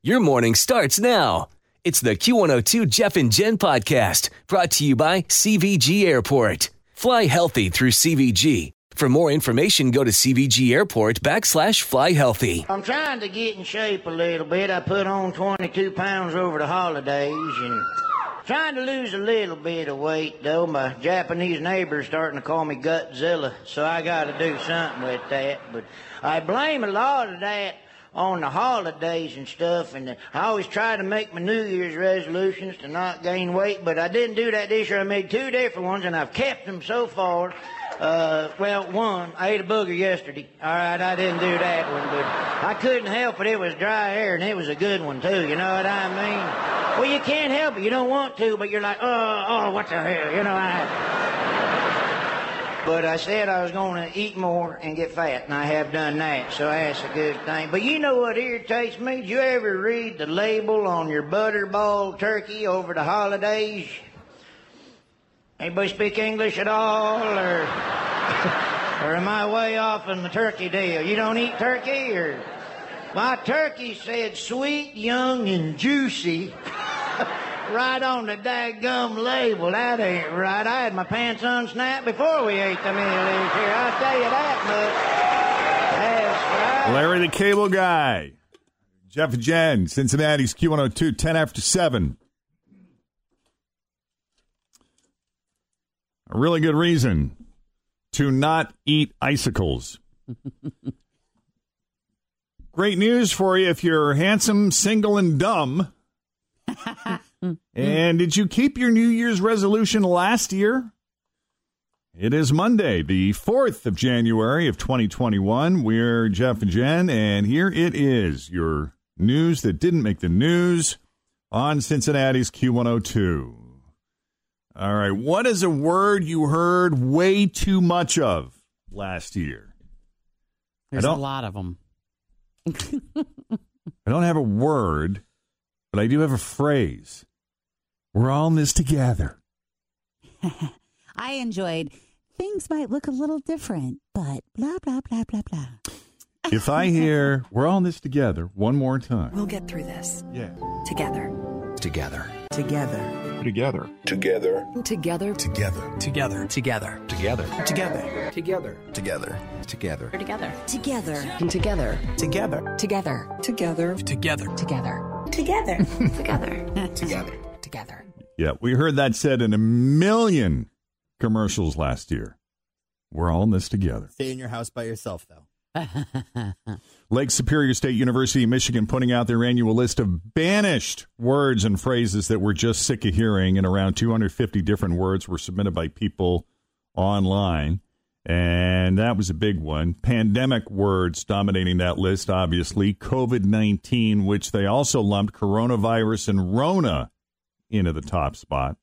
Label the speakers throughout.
Speaker 1: Your morning starts now. It's the Q102 Jeff and Jen podcast brought to you by CVG Airport. Fly healthy through CVG. For more information, go to CVG Airport backslash fly healthy.
Speaker 2: I'm trying to get in shape a little bit. I put on 22 pounds over the holidays and trying to lose a little bit of weight though. My Japanese neighbor's starting to call me Gutzilla, so I got to do something with that. But I blame a lot of that on the holidays and stuff. And I always try to make my New Year's resolutions to not gain weight, but I didn't do that this year. I made two different ones, and I've kept them so far. Uh, well, one, I ate a booger yesterday. All right, I didn't do that one, but I couldn't help it. It was dry air, and it was a good one too. You know what I mean? Well, you can't help it. You don't want to, but you're like, oh, oh, what the hell? You know, I. But I said I was going to eat more and get fat, and I have done that, so that's a good thing. But you know what irritates me? Do you ever read the label on your butterball turkey over the holidays? Anybody speak English at all, or, or am I way off in the turkey deal? You don't eat turkey, or my turkey said sweet, young, and juicy. right on the daggum label. That ain't right. I had my pants unsnapped before we ate the meal this year. I'll tell you that much. That's right.
Speaker 3: Larry the Cable Guy. Jeff and Jen, Cincinnati's Q102, 10 after 7. A really good reason to not eat icicles. Great news for you if you're handsome, single, and dumb. and did you keep your New Year's resolution last year? It is Monday, the 4th of January of 2021. We're Jeff and Jen, and here it is your news that didn't make the news on Cincinnati's Q102. All right, what is a word you heard way too much of last year?
Speaker 4: There's a
Speaker 3: I don't-
Speaker 4: lot of them.
Speaker 3: I don't have a word, but I do have a phrase. We're all in this together.
Speaker 5: I enjoyed things might look a little different, but blah, blah, blah, blah, blah.
Speaker 3: If I hear we're all in this together one more time.
Speaker 6: We'll get through this
Speaker 3: Yeah.
Speaker 6: together.
Speaker 1: Together.
Speaker 7: Together.
Speaker 3: Together.
Speaker 8: Together. Together.
Speaker 6: Together.
Speaker 1: Together. Together.
Speaker 8: Together.
Speaker 1: Together. Together.
Speaker 8: Together. Together.
Speaker 6: Together.
Speaker 5: Together.
Speaker 6: Together.
Speaker 8: Together.
Speaker 6: Together. Together.
Speaker 1: Together.
Speaker 6: Together.
Speaker 5: Together.
Speaker 6: Together.
Speaker 8: Together.
Speaker 6: Together.
Speaker 3: Yeah, we heard that said in a million commercials last year. We're all in this together.
Speaker 9: Stay in your house by yourself, though.
Speaker 3: Lake Superior State University in Michigan putting out their annual list of banished words and phrases that we're just sick of hearing, and around 250 different words were submitted by people online. And that was a big one. Pandemic words dominating that list, obviously. COVID 19, which they also lumped coronavirus and Rona into the top spot.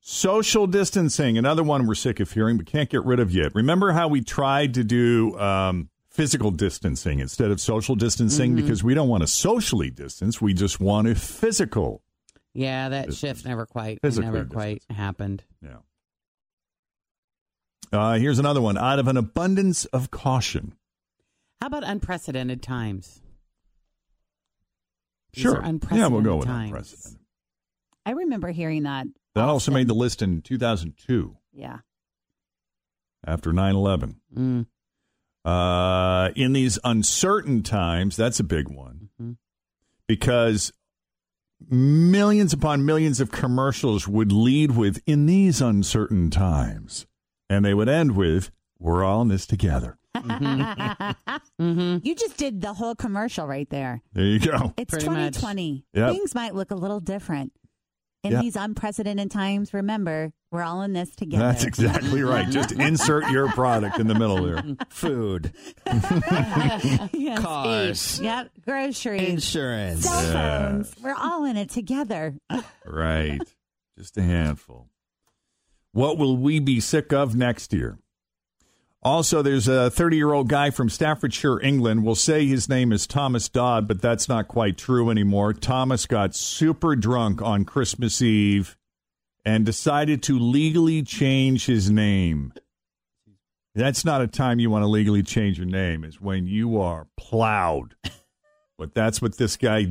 Speaker 3: Social distancing, another one we're sick of hearing, but can't get rid of yet. Remember how we tried to do um, physical distancing instead of social distancing because we don't want to socially distance. We just want a physical.
Speaker 4: Yeah, that
Speaker 3: This is
Speaker 4: shift never quite
Speaker 3: physical
Speaker 4: never
Speaker 3: distance.
Speaker 4: quite happened.
Speaker 3: Yeah. Uh, here's another one. Out of an abundance of caution.
Speaker 4: How about unprecedented times? These
Speaker 3: Sure.
Speaker 4: are
Speaker 3: yeah, we'll
Speaker 4: unprecedented
Speaker 3: go with
Speaker 4: times.
Speaker 3: unprecedented.
Speaker 5: I remember hearing that.
Speaker 3: That also
Speaker 5: often.
Speaker 3: made the list in 2002
Speaker 5: Yeah.
Speaker 3: after 9 11.
Speaker 4: Mm.
Speaker 3: Uh, in these uncertain times, that's a big one. because millions upon millions of commercials would lead with in these uncertain times and they would end with we're all in this together
Speaker 5: You just did the whole commercial right there.
Speaker 3: there you go
Speaker 5: It's
Speaker 4: Pretty much.
Speaker 5: 2020.
Speaker 3: Yep.
Speaker 5: Things might look a little different. In
Speaker 3: Yeah.
Speaker 5: these unprecedented times, remember, we're all in this together.
Speaker 3: that's exactly right just insert your product in the middle there
Speaker 8: Food,
Speaker 5: Yes.
Speaker 8: cars,
Speaker 5: Yep. Groceries.
Speaker 8: insurance.
Speaker 5: Cell phones. We're all in it together.
Speaker 3: right just a handful what will we be sick of next year also there's a 30 year old guy from staffordshire england will say his name is thomas dodd but that's not quite true anymore thomas got super drunk on christmas eve and decided to legally change his name that's not a time you want to legally change your name is when you are plowed but that's what this guy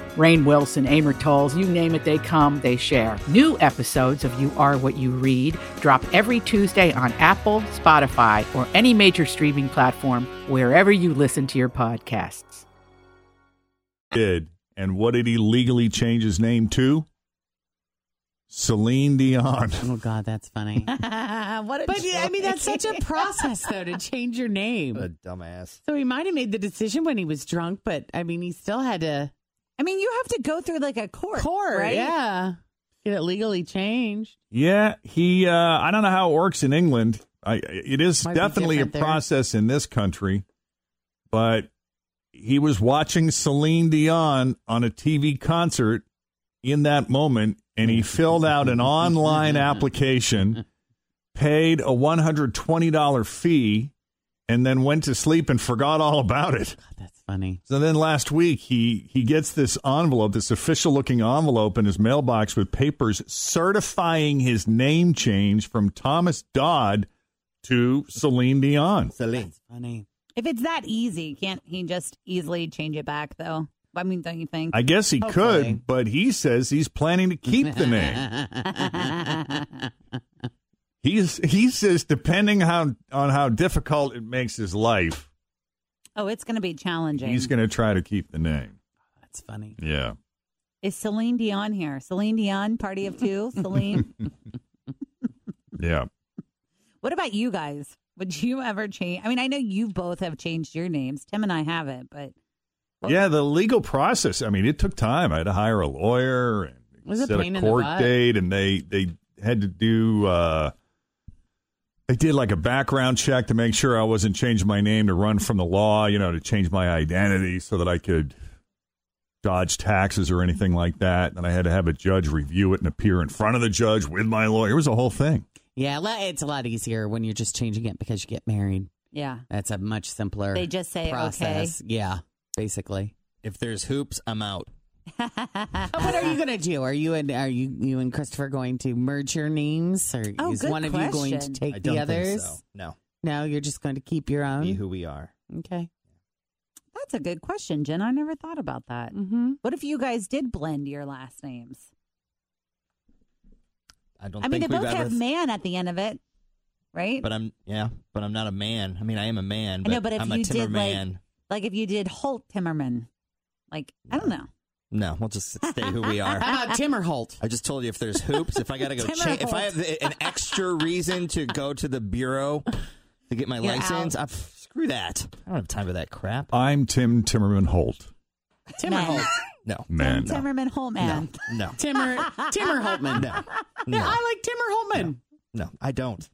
Speaker 10: Rain Wilson, Amor Tolls, you name it, they come, they share. New episodes of You Are What You Read drop every Tuesday on Apple, Spotify, or any major streaming platform wherever you listen to your podcasts.
Speaker 3: did. And what did he legally change his name to? Celine Dion.
Speaker 4: Oh God, that's funny.
Speaker 5: what a
Speaker 4: But yeah, I mean, that's
Speaker 5: joke.
Speaker 4: such a process, though, to change your
Speaker 8: What a
Speaker 4: name.
Speaker 8: dumbass.
Speaker 4: So he might have made the decision when he was drunk, but I mean, he still had to
Speaker 5: I mean, you have to go through like a court.
Speaker 4: court,
Speaker 5: right?
Speaker 4: yeah, get it legally changed.
Speaker 3: Yeah, he. Uh, I don't know how it works in England. I, it is
Speaker 4: Might be
Speaker 3: definitely a
Speaker 4: different there.
Speaker 3: process in this country, but he was watching Celine Dion on a TV concert in that moment, and he filled out an online application, paid a one hundred twenty dollar fee, and then went to sleep and forgot all about it.
Speaker 4: That's funny.
Speaker 3: So then last week he he gets this envelope, this official looking envelope in his mailbox with papers certifying his name change from Thomas Dodd to Celine Dion.
Speaker 8: Celine.
Speaker 4: Funny.
Speaker 5: If it's that easy, can't he just easily change it back though? I mean, don't you think?
Speaker 3: I guess he
Speaker 4: Hopefully.
Speaker 3: could, but he says he's planning to keep the name. He's he says depending how on how difficult it makes his life,
Speaker 5: oh, it's going to be challenging.
Speaker 3: he's going to try to keep the name.
Speaker 4: That's funny.
Speaker 3: Yeah.
Speaker 5: Is Celine Dion here? Celine Dion, party of two. Celine,
Speaker 3: Yeah.
Speaker 5: what about you guys? Would you ever change? I mean, I know you both have changed your names. Tim and I haven't, but
Speaker 3: Yeah, the legal process. I mean, it took time. I had to hire a lawyer and
Speaker 4: It was a
Speaker 3: set
Speaker 4: pain
Speaker 3: a
Speaker 4: in the
Speaker 3: court
Speaker 4: butt.
Speaker 3: date, and they they had to do. Uh, they did like a background check to make sure I wasn't changing my name to run from the law. You know, to change my identity so that I could dodge taxes or anything like that. And I had to have a judge review it and appear in front of the judge with my lawyer. It was a whole thing.
Speaker 4: Yeah, le- it's a lot easier when you're just changing it because you get married.
Speaker 5: yeah,
Speaker 4: That's a much simpler.
Speaker 5: They just say, okay.
Speaker 4: process. Yeah, basically.
Speaker 8: If there's hoops, I'm out.
Speaker 4: what are you going to do? Are you and are you you and Christopher going to merge your names, or
Speaker 5: Oh,
Speaker 4: is
Speaker 5: good
Speaker 4: one of you going to
Speaker 5: question.
Speaker 8: I
Speaker 4: take
Speaker 8: don't
Speaker 4: the others?
Speaker 8: think so. No.
Speaker 4: No, you're just going to keep your
Speaker 8: Be
Speaker 4: own.
Speaker 8: who we are.
Speaker 4: Okay.
Speaker 5: that's a good question, Jen. I never thought about that.
Speaker 4: Mm-hmm.
Speaker 5: What if you guys did blend your last names?
Speaker 8: I don't
Speaker 5: I mean, they
Speaker 8: think
Speaker 5: both
Speaker 8: we've ever.
Speaker 5: have man at the end of it, right?
Speaker 8: but I'm yeah, but I'm not a man. I mean, I am a man,
Speaker 5: I
Speaker 8: but,
Speaker 5: know, but if
Speaker 8: I'm
Speaker 5: you
Speaker 8: a
Speaker 5: did, like-
Speaker 8: timmerman.
Speaker 5: like if you did Holt Timmerman, like I don't know.
Speaker 8: no, we'll just stay who we are.
Speaker 4: How about Timmerholt?
Speaker 8: I just told you if there's hoops, if I gotta go, cha- if I have an extra reason to go to the bureau to get my
Speaker 5: You're
Speaker 8: license, I, screw that. I don't have time for that crap.
Speaker 3: I'm Tim Timmerman Holt.
Speaker 4: Timmerholt.
Speaker 8: No,
Speaker 3: Man,
Speaker 5: Timmerman Holt man.
Speaker 8: no,
Speaker 4: Timmer Timmerholtman.
Speaker 8: no,
Speaker 4: Yeah,
Speaker 8: no,
Speaker 4: I like Timmerholtman.
Speaker 8: no. I don't.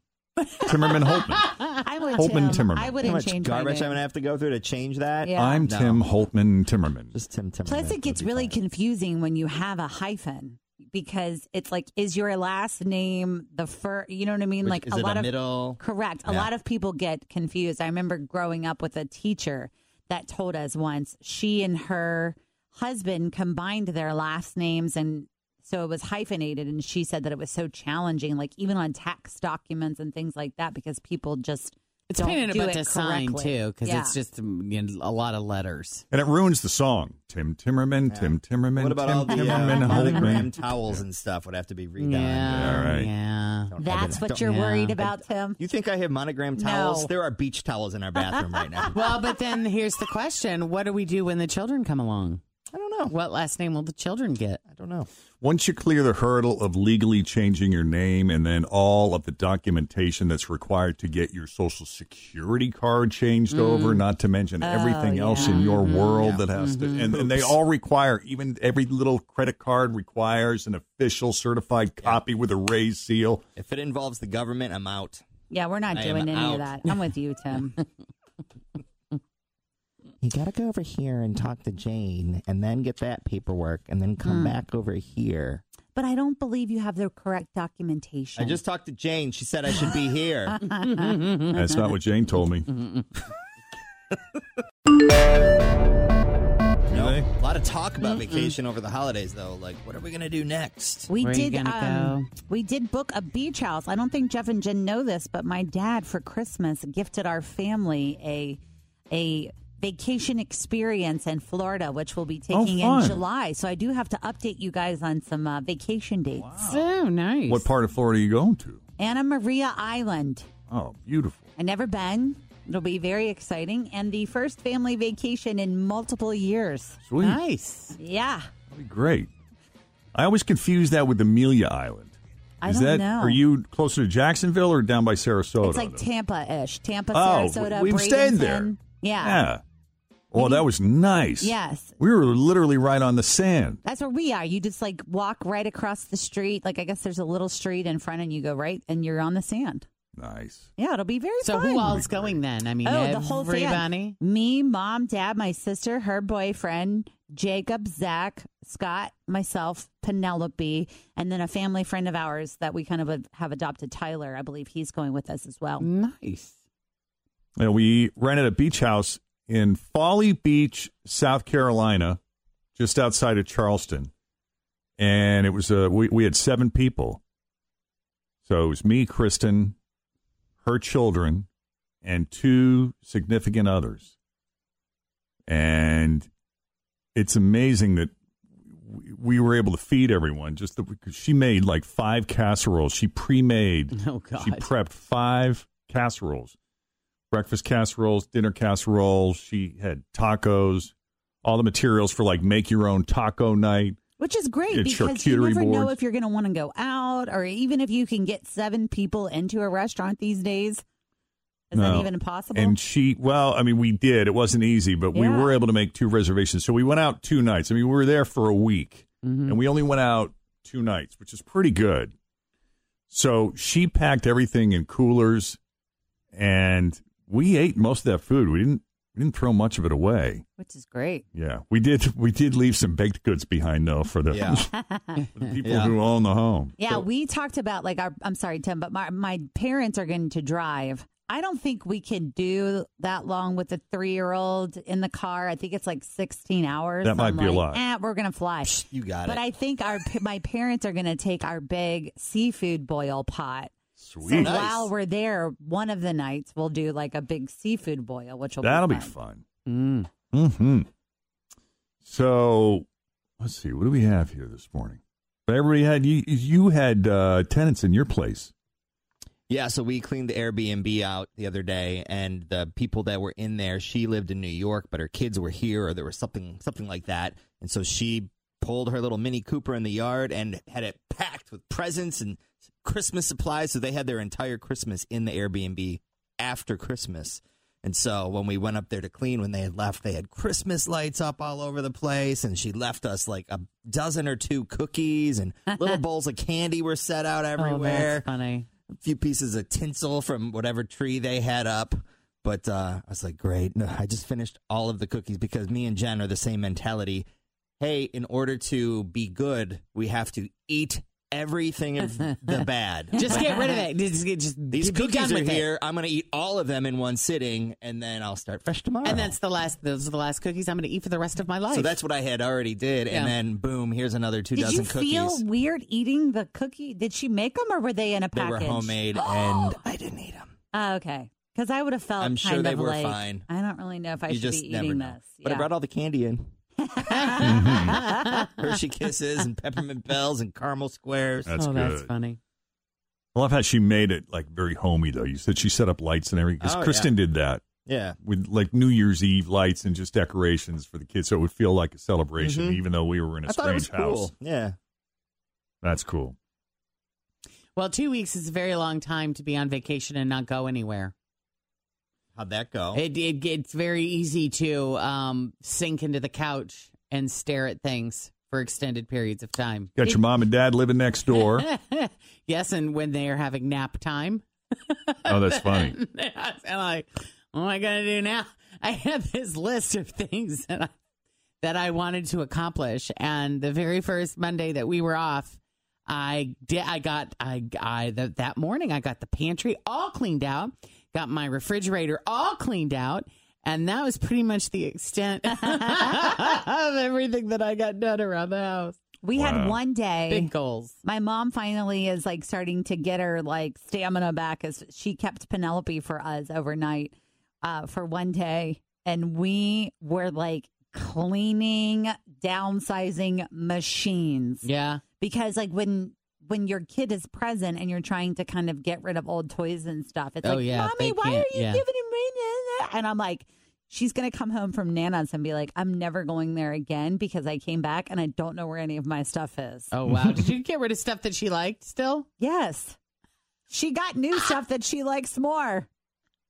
Speaker 3: Timmerman Holtman.
Speaker 5: I would
Speaker 3: Holtman
Speaker 5: Tim.
Speaker 3: Timmerman.
Speaker 5: I
Speaker 8: How
Speaker 5: wouldn't
Speaker 8: much
Speaker 5: change my
Speaker 8: garbage I'm
Speaker 5: name.
Speaker 8: gonna have to go through to change that?
Speaker 5: Yeah.
Speaker 3: I'm
Speaker 8: No.
Speaker 3: Tim Holtman Timmerman.
Speaker 8: Just Tim Timmerman.
Speaker 5: Plus, it gets
Speaker 8: would be
Speaker 5: really
Speaker 8: fine.
Speaker 5: confusing when you have a hyphen because it's like, is your last name the first? You know what I mean?
Speaker 8: Which-
Speaker 5: like
Speaker 8: is
Speaker 5: a
Speaker 8: it
Speaker 5: lot
Speaker 8: a
Speaker 5: of
Speaker 8: middle?
Speaker 5: correct. A
Speaker 8: Yeah.
Speaker 5: lot of people get confused. I remember growing up with a teacher that told us once she and her husband combined their last names and so it was hyphenated and she said that it was so challenging like even on tax documents and things like that because people just
Speaker 4: It's
Speaker 5: don't
Speaker 4: painted
Speaker 5: do
Speaker 4: about
Speaker 5: it
Speaker 4: to sign
Speaker 5: correctly.
Speaker 4: too, because
Speaker 5: Yeah.
Speaker 4: it's just um, you know, a lot of letters.
Speaker 3: And it ruins the song. Tim Timmerman, Tim Timmerman,
Speaker 8: What about
Speaker 3: Tim
Speaker 8: all the,
Speaker 3: Timmerman,
Speaker 8: uh, all the gram
Speaker 3: Holtman.
Speaker 8: towels and stuff would have to be redone. uh,
Speaker 3: All right.
Speaker 4: Yeah.
Speaker 5: That's what you're worried about, Tim.
Speaker 8: You think I have monogram towels?
Speaker 4: No.
Speaker 8: There are beach towels in our bathroom right now.
Speaker 4: well, Oh, but then here's the question: What do we do when the children come along? I don't know. What last name will the children get? I
Speaker 8: don't know.
Speaker 3: Once you clear the hurdle of legally changing your name and then all of the documentation that's required to get your social security card changed
Speaker 11: Mm.
Speaker 3: over, not to mention
Speaker 11: Oh,
Speaker 3: everything
Speaker 11: yeah.
Speaker 3: else in your
Speaker 8: Mm-hmm.
Speaker 3: world that has
Speaker 11: Mhm.
Speaker 3: to, and, and they
Speaker 11: Oops.
Speaker 3: all require, even every little credit card requires an official certified copy with a raised seal.
Speaker 8: If it involves the government, I'm out.
Speaker 5: yeah we're not
Speaker 8: I am
Speaker 5: doing any of
Speaker 8: out.
Speaker 5: that i'm with you tim
Speaker 8: You got to go over here and talk to Jane and then get that paperwork and then
Speaker 4: Hmm.
Speaker 8: come back over here.
Speaker 5: but i don't believe you have the correct documentation
Speaker 8: I just talked to Jane. She said I should be here. Mm-hmm.
Speaker 3: That's not what Jane told me.
Speaker 8: Mm-hmm. No, a lot of talk about vacation over the holidays, though. Like, what are we going to do next?
Speaker 5: We did. um, We did book a beach house. I don't think Jeff and Jen know this, but my dad for Christmas gifted our family a a vacation experience in Florida, which we'll be
Speaker 3: Oh,
Speaker 5: taking in
Speaker 3: fun.
Speaker 5: July. So I do have to update you guys on some uh, vacation dates.
Speaker 4: Oh, nice.
Speaker 3: What part of Florida are you going to?
Speaker 5: Anna Maria Island.
Speaker 3: Oh, beautiful.
Speaker 5: I never been. It'll be very exciting and the first family vacation in multiple years.
Speaker 3: Sweet.
Speaker 4: Nice.
Speaker 5: Yeah.
Speaker 3: Great. I always confuse that with Amelia Island.
Speaker 5: I
Speaker 3: Is
Speaker 5: don't
Speaker 3: that
Speaker 5: know.
Speaker 3: are you closer to Jacksonville or down by Sarasota?
Speaker 5: It's like Tampa-ish. Tampa,
Speaker 3: Oh,
Speaker 5: Sarasota,
Speaker 3: we've stayed
Speaker 5: Bradenton.
Speaker 3: there.
Speaker 5: Yeah.
Speaker 3: yeah. Oh, that was nice.
Speaker 5: Yes.
Speaker 3: We were literally right on the sand.
Speaker 5: That's where we are. You just like walk right across the street. Like I guess there's a little street in front, and you go right, and you're on the sand.
Speaker 3: Nice.
Speaker 5: Yeah, it'll be very.
Speaker 4: So
Speaker 5: fun.
Speaker 4: who all's going then? I mean,
Speaker 5: oh, the whole
Speaker 4: everybody.
Speaker 5: family. Me, mom, dad, my sister, her boyfriend, Jacob, Zach, Scott, myself, Penelope, and then a family friend of ours that we kind of have adopted, Tyler. I believe he's going with us as
Speaker 8: Oh.
Speaker 5: well.
Speaker 4: Nice.
Speaker 3: And we rented a beach house in Folly Beach, South Carolina, just outside of Charleston. And it was a we, we had seven people. So it was me, Kristen, her children, and two significant others. And it's amazing that we- we were able to feed everyone just the, because she made like five casseroles. She pre-made.
Speaker 4: Oh, God.
Speaker 3: She prepped five casseroles breakfast casseroles, dinner casseroles. She had tacos, all the materials for like make your own taco night.
Speaker 5: Which is great
Speaker 3: Yeah,
Speaker 5: because you
Speaker 3: charcuterie
Speaker 5: never know
Speaker 3: boards.
Speaker 5: if you're going to want to go out or even if you can get seven people into a restaurant these days. Is that
Speaker 3: No.
Speaker 5: even possible?
Speaker 3: And she, well, I mean, we did. It wasn't easy, but we
Speaker 5: Yeah.
Speaker 3: were able to make two reservations. So we went out two nights. I mean, we were there for a week
Speaker 5: Mm-hmm.
Speaker 3: and we only went out two nights, which is pretty good. So she packed everything in coolers and we ate most of that food. We didn't, we didn't throw much of it away.
Speaker 5: Which is great.
Speaker 3: Yeah, we did. We did leave some baked goods behind though for the,
Speaker 8: Yeah.
Speaker 3: for the people
Speaker 8: Yeah.
Speaker 3: who own the home.
Speaker 5: Yeah, we talked about like our. I'm sorry, Tim, but my my parents are going to drive. I don't think we can do that long with a three year old in the car. I think it's like 16 hours.
Speaker 3: That might
Speaker 5: I'm
Speaker 3: be a
Speaker 5: like,
Speaker 3: lot.
Speaker 5: Eh, we're gonna fly.
Speaker 8: You got
Speaker 5: But
Speaker 8: it.
Speaker 5: I think our pa- my parents are gonna take our big seafood boil pot.
Speaker 3: Sweet.
Speaker 5: So
Speaker 3: Nice.
Speaker 5: while we're there, one of the nights we'll do like a big seafood boil, which will
Speaker 3: That'll
Speaker 5: be
Speaker 3: be
Speaker 5: fun.
Speaker 3: fun.
Speaker 8: Mm.
Speaker 3: Hmm. So let's see. What do we have here this morning? But everybody had you. You had uh, tenants in your place.
Speaker 8: Yeah, so we cleaned the Airbnb out the other day, and the people that were in there, she lived in New York, but her kids were here, or there was something something like that, and so she pulled her little Mini Cooper in the yard and had it packed with presents and Christmas supplies. So they had their entire Christmas in the Airbnb after Christmas. And so when we went up there to clean, when they had left, they had Christmas lights up all over the place, and she left us like a dozen or two cookies and little bowls of candy were set out
Speaker 5: Oh,
Speaker 8: everywhere
Speaker 4: funny.
Speaker 8: a few pieces of tinsel from whatever tree they had up. But uh, I was like, great. No, I just finished all of the cookies because me and Jen are the same mentality. Hey, in order to be good, we have to eat everything of the bad.
Speaker 4: Just get rid of it. Just, get- just
Speaker 8: These
Speaker 4: be
Speaker 8: cookies
Speaker 4: done
Speaker 8: are
Speaker 4: with it.
Speaker 8: here. I'm going to eat all of them in one sitting, and then I'll start fresh tomorrow.
Speaker 4: And that's the last. Those are the last cookies I'm going to eat for the rest of my life.
Speaker 8: so that's what I had already did,
Speaker 4: Yeah.
Speaker 8: and then boom, here's another two
Speaker 5: Did
Speaker 8: dozen
Speaker 5: you
Speaker 8: cookies.
Speaker 5: feel weird eating the cookie? Did she make them or were they in a
Speaker 8: they
Speaker 5: package?
Speaker 8: were homemade, and I didn't.
Speaker 5: Oh, okay. Because I would have felt.
Speaker 8: I'm sure
Speaker 5: kind
Speaker 8: they
Speaker 5: of
Speaker 8: were
Speaker 5: like,
Speaker 8: fine.
Speaker 5: I don't really know if I
Speaker 8: you
Speaker 5: should
Speaker 8: just
Speaker 5: be
Speaker 8: never
Speaker 5: eating
Speaker 8: know.
Speaker 5: this.
Speaker 8: But I
Speaker 5: Yeah.
Speaker 8: brought all the candy in.
Speaker 3: Mm-hmm.
Speaker 8: Hershey kisses and peppermint bells and caramel squares.
Speaker 3: That's Oh, that's good.
Speaker 4: funny.
Speaker 3: I love how she made it like very homey though. You said she set up lights and everything because
Speaker 8: Oh,
Speaker 3: Kristen
Speaker 8: yeah.
Speaker 3: did that.
Speaker 8: Yeah.
Speaker 3: with like New Year's Eve lights and just decorations for the kids, so it would feel like a celebration,
Speaker 8: Mhm.
Speaker 3: even though we were in a
Speaker 8: I thought it was
Speaker 3: strange house.
Speaker 8: cool. Yeah.
Speaker 3: That's cool.
Speaker 4: Well, two weeks is a very long time to be on vacation and not go anywhere.
Speaker 8: How'd that go?
Speaker 4: It, it it's very easy to um, sink into the couch and stare at things for extended periods of time.
Speaker 3: Got your mom and dad living next door.
Speaker 4: yes, and when they are having nap time,
Speaker 3: oh, that's funny.
Speaker 4: and I'm like, what am I gonna do now? I have this list of things that I that I wanted to accomplish, and the very first Monday that we were off, I did. I got I I th- that morning I got the pantry all cleaned out, got my refrigerator all cleaned out. And that was pretty much the extent of everything that I got done around the house.
Speaker 5: We had one day.
Speaker 4: Big goals.
Speaker 5: My mom finally is like starting to get her like stamina back as she kept Penelope for us overnight uh, for one day. And we were like cleaning, downsizing machines.
Speaker 4: Yeah.
Speaker 5: Because like when when your kid is present and you're trying to kind of get rid of old toys and stuff, it's
Speaker 4: Oh,
Speaker 5: like,
Speaker 4: yeah,
Speaker 5: Mommy,
Speaker 4: they
Speaker 5: why
Speaker 4: can't-
Speaker 5: are you
Speaker 4: yeah.
Speaker 5: giving him me- And I'm like, She's gonna come home from Nana's and be like, I'm never going there again because I came back and I don't know where any of my stuff is.
Speaker 4: Oh wow! Did you get rid of stuff that she liked still?
Speaker 5: Yes. She got new stuff that she likes more.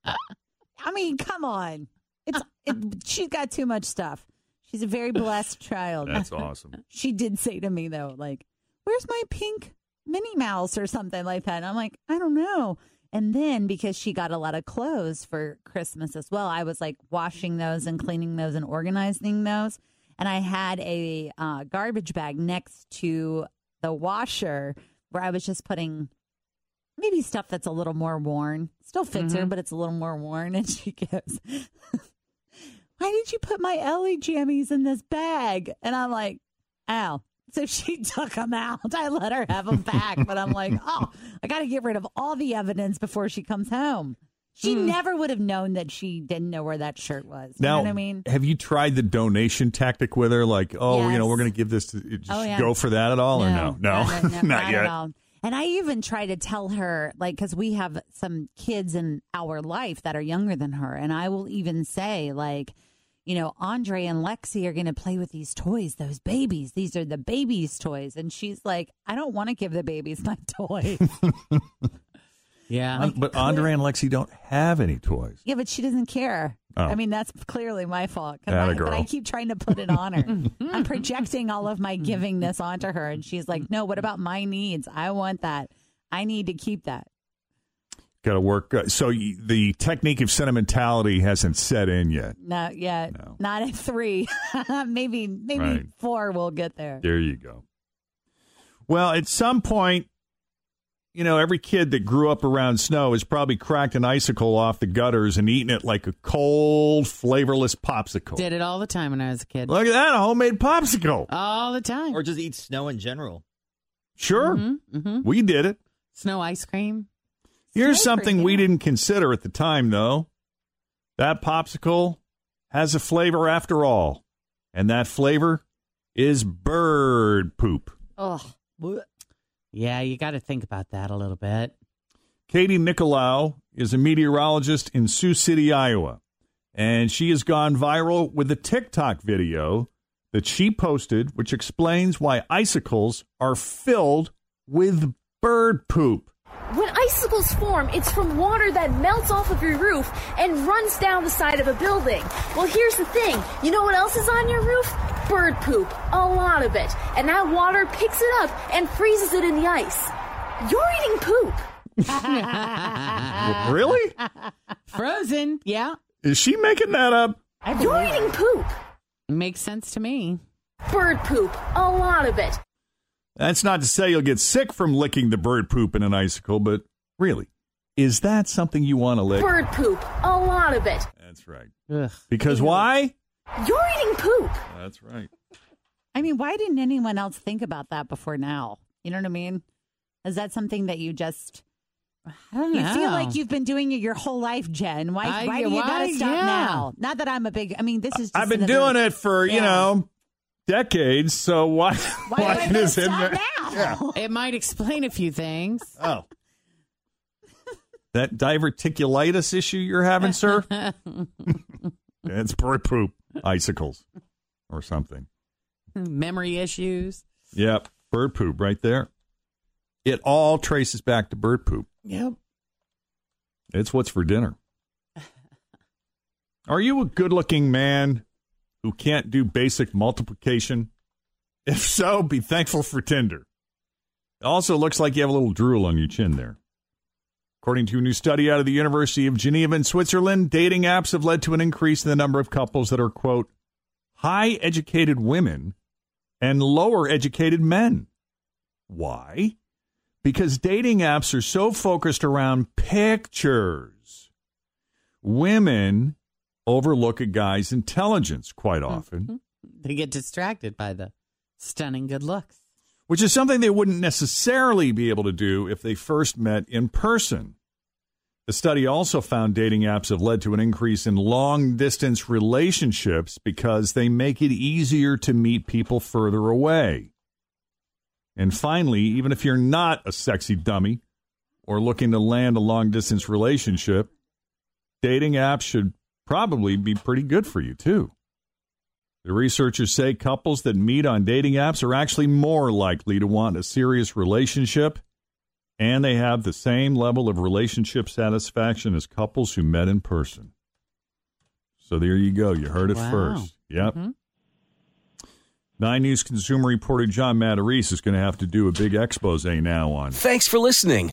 Speaker 5: I mean, come on. It's it, she's got too much stuff. She's a very blessed child.
Speaker 3: That's awesome.
Speaker 5: She did say to me though, like, "Where's my pink Minnie Mouse or something like that?" And I'm like, "I don't know." And then because she got a lot of clothes for Christmas as well, I was like washing those and cleaning those and organizing those. And I had a uh, garbage bag next to the washer where I was just putting maybe stuff that's a little more worn. Still fits her,
Speaker 4: Mhm.
Speaker 5: but it's a little more worn. And she goes, Why did you put my Ellie jammies in this bag? And I'm like, Ow. So she took them out. I let her have them back, but I'm like, oh, I got to get rid of all the evidence before she comes home. She never would have known that she didn't know where that shirt was. You
Speaker 3: Now,
Speaker 5: know what I mean?
Speaker 3: have you tried the donation tactic with her? Like, oh, you know,
Speaker 5: Yes.
Speaker 3: we're going to give this to just
Speaker 5: Oh, yeah.
Speaker 3: go for that at all, or no? No,
Speaker 5: not,
Speaker 3: not, yet.
Speaker 5: At all. And I even try to tell her, like, because we have some kids in our life that are younger than her, and I will even say, like, you know, Andre and Lexi are going to play with these toys, those babies. These are the babies' toys, and she's like, I don't want to give the babies my toys.
Speaker 4: Yeah.
Speaker 3: Um, but Andre and Lexi don't have any toys.
Speaker 5: yeah, but she doesn't care.
Speaker 3: Oh.
Speaker 5: I mean, that's clearly my fault. 'cause I,
Speaker 3: Atta
Speaker 5: but I
Speaker 3: girl.
Speaker 5: keep trying to put it on her. I'm projecting all of my givingness onto her, and she's like, "No, what about my needs? I want that. I need to keep that."
Speaker 3: Got to work. uh, So y- the technique of sentimentality hasn't set in yet.
Speaker 5: Not yet. Not at three. maybe maybe
Speaker 3: Right.
Speaker 5: four will get there.
Speaker 3: There you go. Well, at some point, you know, every kid that grew up around snow has probably cracked an icicle off the gutters and eaten it like a cold, flavorless popsicle.
Speaker 4: Did it all the time when I was a kid.
Speaker 3: Look at that, a homemade popsicle.
Speaker 5: Uh,
Speaker 4: All the time. Mm-hmm,
Speaker 8: Or just eat snow in general.
Speaker 3: Sure,
Speaker 5: mm-hmm.
Speaker 3: we did it.
Speaker 4: Snow ice cream.
Speaker 3: Here's something we didn't consider at the time, though. That popsicle has a flavor after all, and that flavor is bird poop.
Speaker 5: Oh,
Speaker 4: Yeah, you got to think about that a little bit.
Speaker 3: Katie Nicolau is a meteorologist in Sioux City, Iowa, and she has gone viral with a TikTok video that she posted, which explains why icicles are filled with bird poop.
Speaker 11: When icicles form, it's from water that melts off of your roof and runs down the side of a building. Well, here's the thing. You know what else is on your roof? Bird poop. A lot of it. And that water picks it up and freezes it in the ice. You're eating poop.
Speaker 5: Ah.
Speaker 3: really?
Speaker 4: Frozen. Yeah.
Speaker 3: Is she making that up?
Speaker 11: You're eating poop.
Speaker 4: Makes sense to me.
Speaker 11: Bird poop. A lot of it.
Speaker 3: That's not to say you'll get sick from licking the bird poop in an icicle, but really, is that something you want to lick?
Speaker 11: Bird poop, a lot of it.
Speaker 3: That's right. Because why?
Speaker 11: You're eating poop.
Speaker 3: That's right.
Speaker 5: I mean, why didn't anyone else think about that before now? You know what I mean? Is that something that you just you feel like you've been doing it your whole life, Jen? Why
Speaker 4: I-
Speaker 5: why do you gotta
Speaker 4: why?
Speaker 5: stop
Speaker 4: Yeah.
Speaker 5: now? Not that I'm a big I mean, this is just
Speaker 3: I've been
Speaker 5: another-
Speaker 3: doing it for, you
Speaker 5: Yeah.
Speaker 3: know, decades, so why
Speaker 5: Why do I gotta
Speaker 3: is it
Speaker 5: stop
Speaker 3: there?
Speaker 5: now?
Speaker 4: It might explain a few things.
Speaker 3: Oh. That diverticulitis issue you're having, sir? it's bird poop, icicles, or something.
Speaker 4: Memory issues.
Speaker 3: Yep, bird poop right there. It all traces back to bird poop.
Speaker 4: Yep.
Speaker 3: It's what's for dinner. Are you a good looking man who can't do basic multiplication? If so, be thankful for Tinder. It also looks like you have a little drool on your chin there. According to a new study out of the University of Geneva in Switzerland, dating apps have led to an increase in the number of couples that are, quote, high educated women and lower educated men. Why? Because dating apps are so focused around pictures. Women overlook a guy's intelligence quite often,
Speaker 4: They get distracted by the stunning good looks.
Speaker 3: which is something they wouldn't necessarily be able to do if they first met in person. The study also found dating apps have led to an increase in long distance relationships because they make it easier to meet people further away. And finally, even if you're not a sexy dummy or looking to land a long distance relationship, dating apps should probably be pretty good for you, too. The researchers say couples that meet on dating apps are actually more likely to want a serious relationship, and they have the same level of relationship satisfaction as couples who met in person. So there you go. You heard it
Speaker 12: Wow.
Speaker 3: first. Yep. Nine News consumer reporter John Matarese is going to have to do a big expose now on
Speaker 1: Thanks for listening